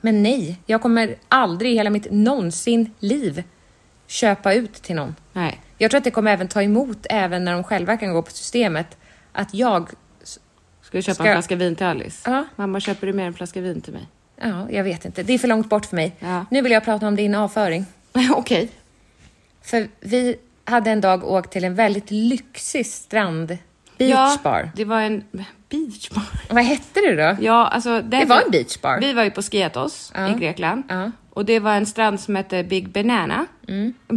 Men nej, jag kommer aldrig i hela mitt någonsin liv köpa ut till någon. Nej. Jag tror att det kommer även ta emot, även när de själva kan gå på systemet, att jag... Ska du köpa Ska- en flaska vin till Alice? Ja. Mamma, köper du med en flaska vin till mig? Ja, jag vet inte. Det är för långt bort för mig. Ja. Nu vill jag prata om din avföring. Okej. För vi hade en dag åkt till en väldigt lyxig strand, Ja, beachbar. det var en beachbar. Vad hette det då? Ja, alltså, Det var en beachbar. Vi var ju på Skiathos Ja. i Grekland. Ja. Mm. Och det var en strand som hette Big Banana.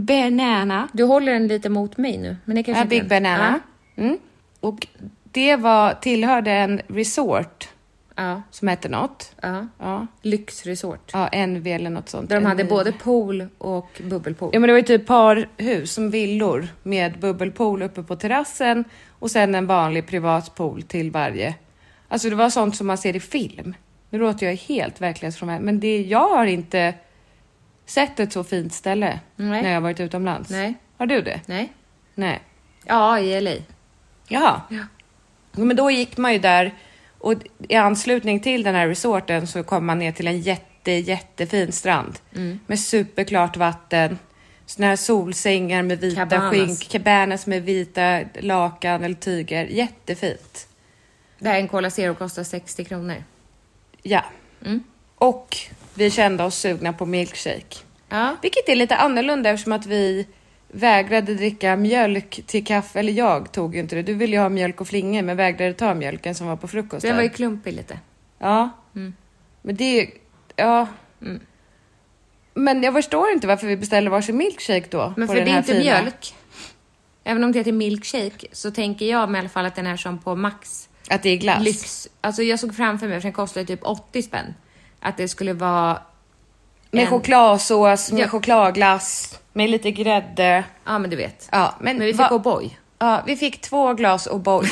Banana. Du håller den lite mot mig nu, men det kanske Ja, inte är Big den. Banana. Mm. Och det var, tillhörde en resort Ja, ja, som hette något. ja. Ja. Lyxresort. Ja, NV eller något sånt. Där de hade NV. både pool och bubbelpool. Ja men det var ju typ parhus som villor med bubbelpool uppe på terrassen och sen en vanlig privat pool till varje. Alltså det var sånt som man ser i film. Nu låter jag helt verklighetsfrånvänd men det, jag har inte sett ett så fint ställe Nej. när jag har varit utomlands. Nej. Har du det? Nej. Nej. Ja, i LA. Jaha. Ja. Men då gick man ju där och i anslutning till den här resorten så kom man ner till en jätte, jättefin strand med superklart vatten, såna här solsängar med vita Cabanas. skynk, cabanas med vita lakan eller tyger. Jättefint. Där en Cola Zero kostar 60 kronor. Ja. Och vi kände oss sugna på milkshake. Ja. Vilket är lite annorlunda eftersom att vi vägrade dricka mjölk till kaffe, eller jag tog ju inte det. Du ville ju ha mjölk och flingor men vägrade ta mjölken som var på frukosten. Den var ju Mm. klumpig lite. Ja. Men det är ju... Ja. Mm. Men jag förstår inte varför vi beställer varsin milkshake då. Men på för det den är här inte fina. mjölk. Även om det heter milkshake så tänker jag mig i alla fall att den är som på Max Att det är glass. lyx. Alltså jag såg framför mig, för den kostar ju typ 80 spänn, att det skulle vara Med en- chokladsås, med Ja. chokladglass, med lite grädde. Ja, men du vet. Ja, men, Men vi fick va- O'boy. Ja, vi fick två glas O'boy.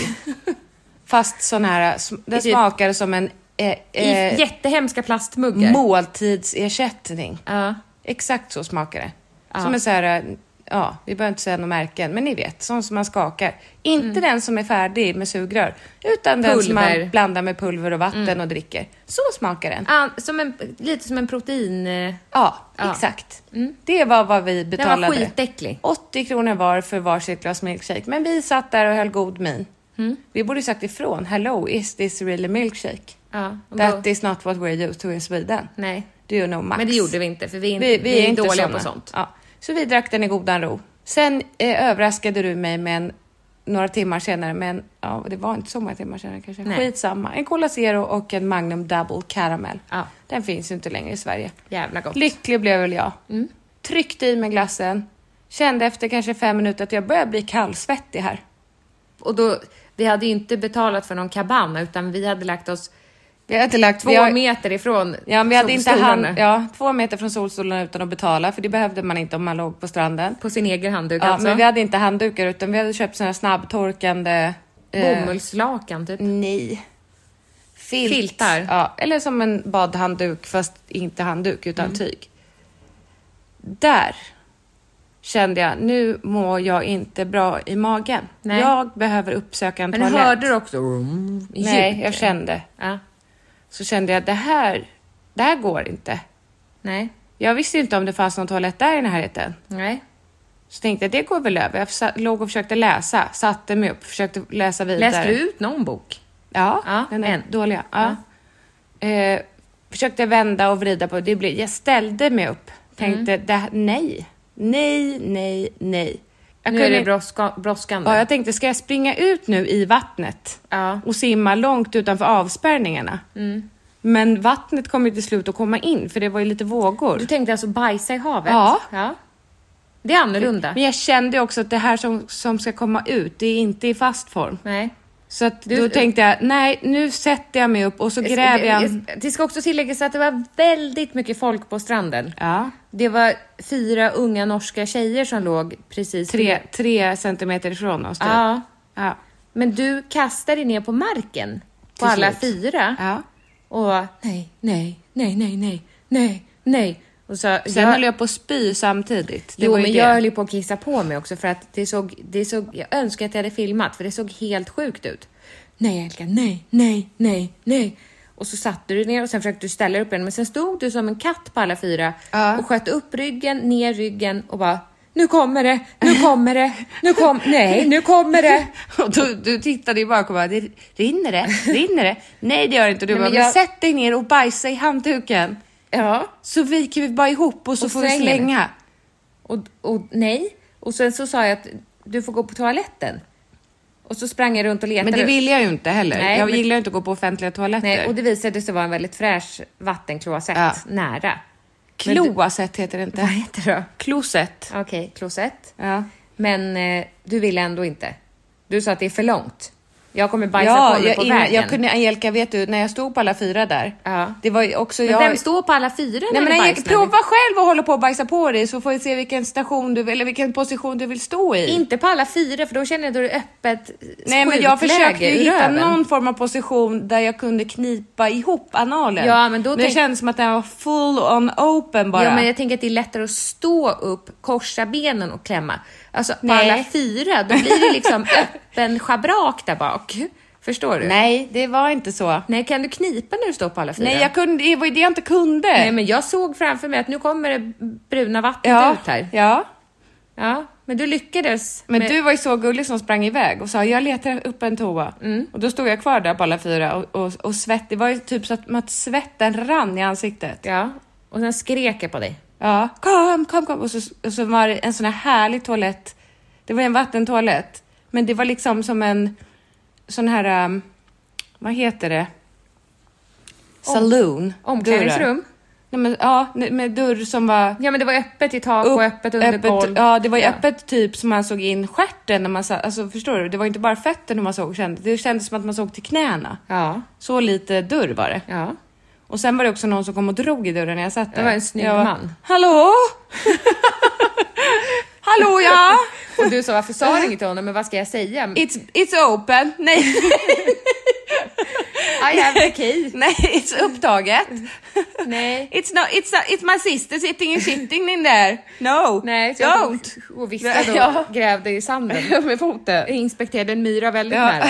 Fast sån här, sm- den typ- smakade som en eh, I eh, jättehemska plastmuggar. måltidsersättning. ja. Exakt så smakar det. Som en så här, eh, ja, vi behöver inte säga några märken, men ni vet, sån som man skakar. Inte den som är färdig med sugrör, utan den som Mm. Pulver. Mm. man blandar med pulver och vatten och dricker. Så smakar den. Ja, som en, lite som en protein... eh, Ja, Ja. Mm. exakt. Det var vad vi Den var betalade. skitäcklig. 80 kronor var för varsitt glas milkshake, men vi satt där och höll god min. Mm. Vi borde ju sagt ifrån, hello, is this really milkshake? Ja, och That då- is not what we're used to in Sweden. Nej. Do you know Max? Men det gjorde vi inte, för vi är, Vi, vi, är, inte dåliga såna. på sånt. Ja. Så vi drack den i godan ro. Sen eh, överraskade du mig med en, några timmar senare, men ja, det var inte så många timmar senare kanske. Nej. Skitsamma. En Cola Zero och en Magnum Double Caramel. Ja. Den finns ju inte längre i Sverige. Jävla gott. Mm. Lycklig blev väl jag. Tryckte i mig glassen. Kände efter kanske fem minuter att jag börjar bli kallsvettig här. Och då, vi hade ju inte betalat för någon cabana, utan vi hade lagt oss Vi har inte lagt två vi har- meter ifrån Ja, men vi hade inte solstolarna. hand, ja, två meter från solstolarna utan att betala, för det behövde man inte om man låg på stranden. På sin egen handduk Ja, alltså. men vi hade inte handdukar utan vi hade köpt såna här snabbtorkande... eh, Mm, Bomullslakan typ. Nej. Filt. Filtar. Ja, eller som en badhandduk fast inte handduk utan Mm. tyg. Där kände jag, nu mår jag inte bra i magen. Nej. Jag behöver uppsöka en Men toalett. hörde du också vroom, ljud? Nej, jag kände. Ja. Så kände jag, det här, det här går inte. Nej. Jag visste ju inte om det fanns någon toalett där i närheten. Nej. Så tänkte jag, det går väl över. Jag sa- låg och försökte läsa, satte mig upp, försökte läsa vidare. Läste du ut någon bok? Ja, Ja, den är en. dåliga. Ja. Eh, försökte vända och vrida på det. Blev, Mm. jag ställde mig upp. Tänkte, det, här- nej, nej, nej, nej. Jag Nu kunde... är det brådska- brådskande. Ja, jag tänkte, ska jag springa ut nu i vattnet Ja. Mm. och simma långt utanför avspärrningarna? Men vattnet kommer ju till slut att komma in, för det var ju lite vågor. Du tänkte alltså bajsa i havet? Ja. Det är annorlunda. Men jag kände ju också att det här som, som ska komma ut, det är inte i fast form. Nej. Så att Du- då tänkte jag, nej, nu sätter jag mig upp och så gräver jag. en- Det ska också tilläggas att det var väldigt mycket folk på stranden. Ja, Det var fyra unga norska tjejer som låg precis tre, tre centimeter ifrån oss. typ. Ja. Ja. Men du kastade dig ner på marken på Till alla slut. fyra ja. och nej, nej, nej, nej, nej, nej, nej. Och så, Sen jag, höll jag på att spy samtidigt. Det jo, var men ju det. jag höll ju på att kissa på mig också för att det såg, det såg, jag önskar att jag hade filmat för det såg helt sjukt ut. Nej, Angelica, nej, nej, nej, nej. Och så satte du ner och sen försökte du ställa upp igen men sen stod du som en katt på alla fyra Ja. och sköt upp ryggen, ner ryggen och bara nu kommer det, nu kommer det, nu kom, nej, nu kommer det. Och du, du tittade ju bakom och bara, det rinner det? Rinner det? Nej, det gör det inte. Och Du Nej, bara, men men jag- sätt dig ner och bajsa i handduken. Ja. Så viker vi bara ihop och så Och får vi slänger. slänga. Och, och nej. Och sen så sa jag att du får gå på toaletten. Och så sprang jag runt och letade. Men det vill jag ju inte heller. Nej, jag men- gillar ju inte att gå på offentliga toaletter. Nej, och det visade sig vara en väldigt fräsch vattenklosett Ja. nära. Men du- Kloasett heter det inte. Vad heter det då? Klosett. Okej, klosett. Ja. Men eh, du ville ändå inte. Du sa att det är för långt. Jag kommer bajsa Ja, på mig jag, på innan, vägen. jag kunde, Angelica vet du, när jag stod på alla fyra där. Ja. Det var ju också Men jag. vem står på alla fyra Nej, när men du Angelica, bajsar? prova själv att hålla på och bajsa på dig så får vi se vilken station du eller vilken position du vill stå i. Inte på alla fyra, för då känner jag att då är det öppet Nej men jag skjutläge försökte ju i hitta röven. någon form av position där jag kunde knipa ihop analen. Ja, men då det tänk- kändes som att den var full on open bara. Ja, men jag tänker att det är lättare att stå upp, korsa benen och klämma. Alltså på Nej. alla fyra, då blir det liksom öppen schabrak där bak. Förstår du? Nej, det var inte så. Nej, kan du knipa när du står på alla fyra? Nej, jag kunde, det var ju det jag inte kunde. Nej, men jag såg framför mig att nu kommer det bruna vattnet ja, ut här. Ja, Ja, men du lyckades. men med- du var ju så gullig som sprang iväg och sa jag letar upp en toa. Mm. Och då stod jag kvar där på alla fyra och, och, och svett, det var ju typ så att, att svetten rann i ansiktet. Ja, och sen skrek jag på dig. Ja, kom, kom, kom. Och så, och så var det en sån här härlig toalett. Det var en vattentoalett. Men det var liksom som en sån här, um, vad heter det? Saloon. Omklädningsrum? Dörrar. Nej, men, ja, nej, med dörr som var... Ja, men det var öppet i tak och öppet under golv. Ja, det var ju öppet typ som man såg in stjärten när man sa, alltså förstår du? Det var inte bara fötterna man såg, kände. det kändes som att man såg till knäna. Ja, Så lite dörr var det. ja. Och sen var det också någon som kom och drog i dörren när jag satt där. Det var en snygg Jag bara, man. Hallå? Hallå ja? Och du sa, varför sa du inget till honom? Men vad ska jag säga? It's, it's open. Nej. I have the key. Nej, it's upptaget. Nej. It's, no, it's, it's my sister sitting and shitting in there. No, Nej, så jag don't. tog- och viftade och Ja. grävde i sanden. Med Jag foten. inspekterade en myra väldigt Ja. nära.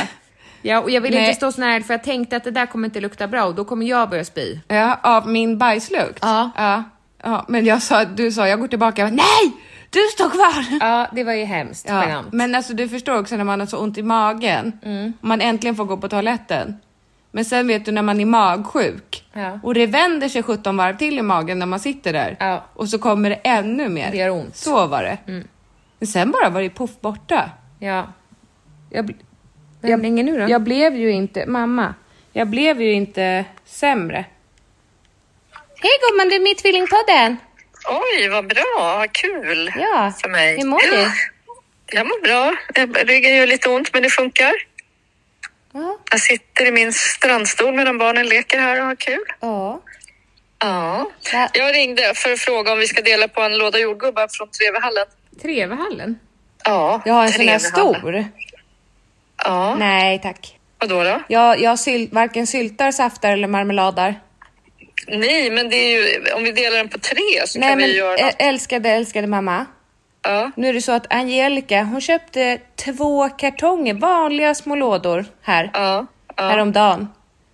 Ja, och jag ville Nej. inte stå så nära för jag tänkte att det där kommer inte lukta bra och då kommer jag börja spy. Ja, av min bajslukt. Ja. ja. Ja, men jag sa, du sa, jag går tillbaka. Jag bara, Nej, du står kvar. Ja, det var ju hemskt Ja, genant. men alltså du förstår också när man har så ont i magen, Mm. och man äntligen får gå på toaletten. Men sen vet du när man är magsjuk Ja. och det vänder sig 17 varv till i magen när man sitter där Ja. och så kommer det ännu mer. Det gör ont. Mm. Så var det. Men sen bara var det poff borta. Ja. Jag, bl- Vem ringer nu då? jag blev ju inte, mamma, jag blev ju inte sämre. Hej gumman, det är mitt tvillingpodden. Oj, vad bra. Vad kul Ja, för mig. hur mår Ja, du? Jag mår bra. Eh, Ryggen gör lite ont, men det funkar. Ja. Jag sitter i min strandstol medan barnen leker här och har kul. Ja. Ja. Jag ringde för att fråga om vi ska dela på en låda jordgubbar från Trevehallen. Trevehallen? Ja, Jag har en sån här Trevehallen. stor. Ja, Nej tack. vadå då? Jag, jag syl, varken syltar, saftar eller marmeladar. Nej, men det är ju, om vi delar den på tre så Nej kan men eh, vi göra ä- något. älskade, älskade mamma. Ja. Nu är det så att Angelica, hon köpte två kartonger, vanliga små lådor här, Ja, häromdagen.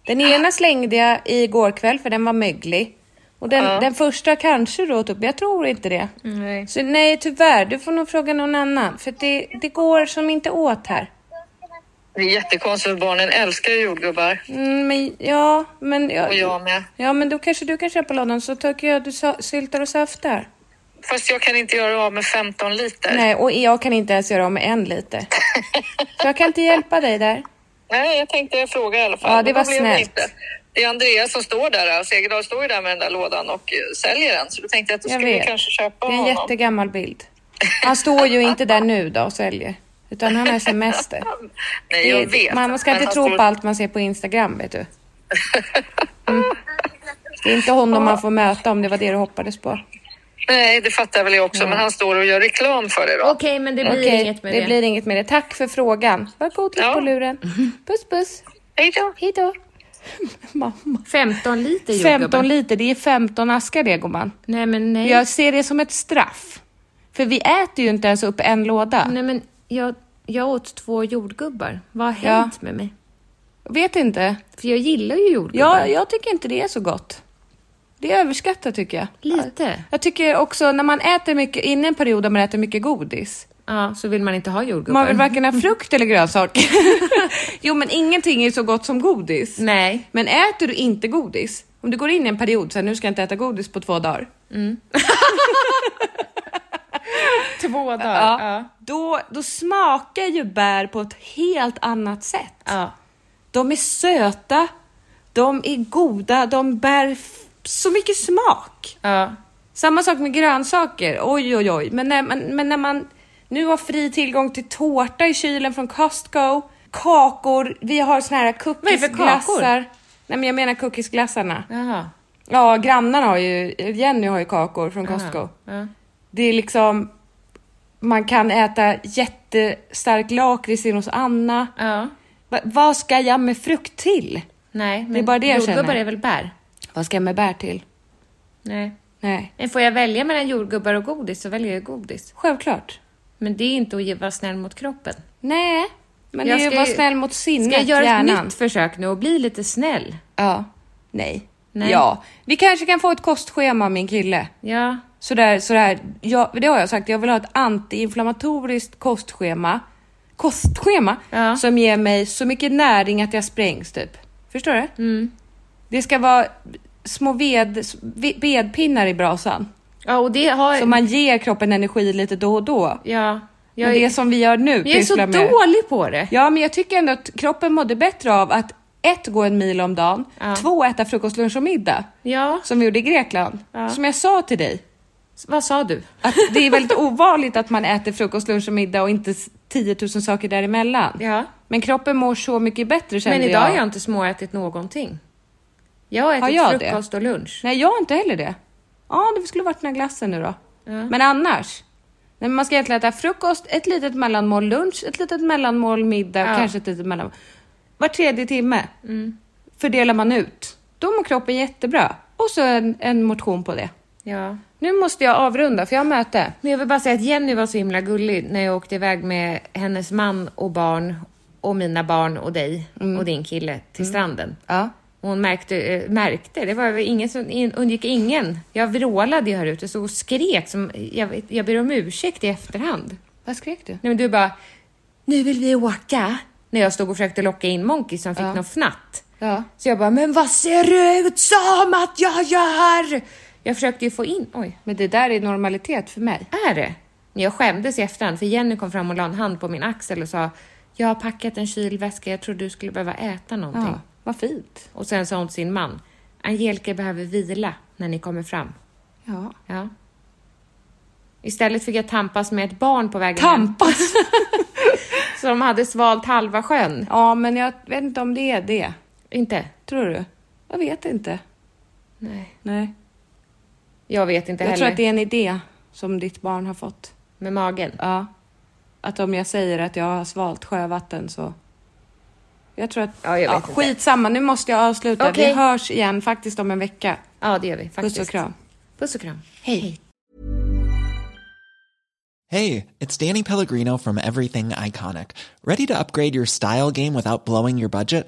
Den ena slängde jag igår kväll för den var möglig. Och den, den första kanske då, typ, jag tror inte det. Nej. Så nej tyvärr, du får nog fråga någon annan. För det, det går som inte åt här. Det är jättekonstigt för barnen älskar ju jordgubbar Mm, men ja, men... och jag med. Ja, men då kanske du kan köpa lådan så tycker jag du sa- syltar och saftar. Fast jag kan inte göra av med 15 liter. Nej, och jag kan inte ens göra av med en liter. Så jag kan inte hjälpa dig där. Nej, jag tänkte fråga i alla fall. Ja, Men det då var blev snällt. inte. Det är Andreas som står där, Segerdal står ju där med den där lådan och eh, säljer den. Så då tänkte jag att då Jag skulle vi vet. kanske köpa det är en honom. jättegammal bild. Han står ju inte där nu då och säljer. Utan han är semester. Nej, jag Det är- vet. Man ska Men inte han tro står- på allt man ser på Instagram, vet du. Mm. Det är inte honom man får möta om det var det du hoppades på. Nej, det fattar väl jag också. Men han står och gör reklam för det då. Okej, men det blir Okej, inget med det det. blir inget med det. Tack för frågan. Var god Ja. på luren. Puss, puss. Hej då! Hej då. Mamma. 15 liter jordgubbar. 15 liter, det är 15 askar det gumman. Nej, men nej. Jag ser det som ett straff. För vi äter ju inte ens upp en låda. Nej, men jag, jag åt två jordgubbar. Vad har Ja. hänt med mig? Vet inte. För jag gillar ju jordgubbar. Ja, jag tycker inte det är så gott. Det är överskattat tycker jag. Lite. Jag tycker också när man äter mycket, inne en period där man äter mycket godis. Ja, så vill man inte ha jordgubbar. Man vill varken ha frukt eller grönsaker. jo, men ingenting är så gott som godis. Nej. Men äter du inte godis, om du går in i en period så här, nu ska jag inte äta godis på två dagar. Två dagar. Ja. Ja. Då, då smakar ju bär på ett helt annat sätt. Ja. De är söta, de är goda, de bär f- så mycket smak. ja. Samma sak med grönsaker, oj oj oj. Men när, man, men när man nu har fri tillgång till tårta i kylen från Costco, kakor, vi har såna här är det för cookiesglassar. kakor? Nej men jag menar cookiesglassarna. Jaha. Ja, grannarna har ju, Jenny har ju kakor från Costco. Ja. Det är liksom, man kan äta jättestark lakrits in hos Anna. Ja. Va, vad ska jag med frukt till? Nej, men är bara det jag jordgubbar känner. är väl bär? Vad ska jag med bär till? Nej. Nej, Men får jag välja mellan jordgubbar och godis så väljer jag godis. självklart. Men det är inte att ge- vara snäll mot kroppen. Nej, men Jag det är ju ska vara ju- snäll mot sinnet, Ska jag göra ett hjärnan. nytt försök nu och bli lite snäll? Ja. Nej. Nej. Ja, vi kanske kan få ett kostschema min kille. Ja. Sådär, sådär. Ja, det har jag sagt, jag vill ha ett antiinflammatoriskt kostschema. Kostschema Ja. som ger mig så mycket näring att jag sprängs typ. Förstår du? Mm. Det ska vara små ved, s- ve- vedpinnar i brasan. Ja, och det har... Så man ger kroppen energi lite då och då. Ja. Jag Jag, det är, som vi gör nu jag är så pysslar med. dålig på det. Ja, men jag tycker ändå att kroppen mådde bättre av att ett, gå en mil om dagen, Ja. två, äta frukost, lunch och middag. Ja. Som vi gjorde i Grekland. Ja. Som jag sa till dig, Vad sa du? att det är väldigt ovanligt att man äter frukost, lunch och middag och inte s- 10 000 saker däremellan. Ja. Men kroppen mår så mycket bättre kände Men idag har jag. jag inte småätit någonting. Jag har ätit Har jag det? frukost och lunch. Nej, jag har inte heller det. Ja, det skulle varit den här glassen nu då. Men annars? Nej, men man ska egentligen äta frukost, ett litet mellanmål lunch, ett litet mellanmål middag, Ja. Mm. kanske ett litet mellanmål. Var tredje timme fördelar man ut. Då mår kroppen jättebra. Och så en, en motion på det. Ja. Nu måste jag avrunda för jag har möte. Men jag vill bara säga att Jenny var så himla gullig när jag åkte iväg med hennes man och barn och mina barn och dig och din kille till stranden. Mm. Ja. Hon märkte, eh, märkte, det var väl ingen som in, undgick ingen. Jag vrålade ju här ute så och skrek som, jag, vet- jag ber om ursäkt i efterhand. Vad skrek du? Nej men du bara, nu vill vi åka. När jag stod och försökte locka in Monkey som fick någon fnatt. Ja. Så jag bara, men vad ser det ut som att jag gör? Jag försökte ju få in, oj, Men det där är normalitet för mig. är det? Men jag skämdes i efterhand för Jenny kom fram och la en hand på min axel och sa, jag har packat en kylväska, jag tror du skulle behöva äta någonting. Ja, vad fint. Och sen sa hon till sin man, Angelica behöver vila när ni kommer fram. Ja. Ja. Istället fick jag tampas med ett barn på vägen hem Tampas! som hade svalt halva sjön. ja, men jag vet inte om det är det. Inte? Tror du? Jag vet inte. Nej. Nej. Jag vet inte Jag heller. tror att det är en idé som ditt barn har fått. Med magen? Ja. Att om jag säger att jag har svalt sjövatten så... Jag tror att... Ja, jag vet inte. skitsamma, nu måste jag avsluta. Vi Okej. hörs igen faktiskt om en vecka. Ja, det gör vi faktiskt. Puss och kram. Puss och kram. Hej. Hey, it's Danny Pellegrino from Everything Iconic. Ready to upgrade your style game without blowing your budget?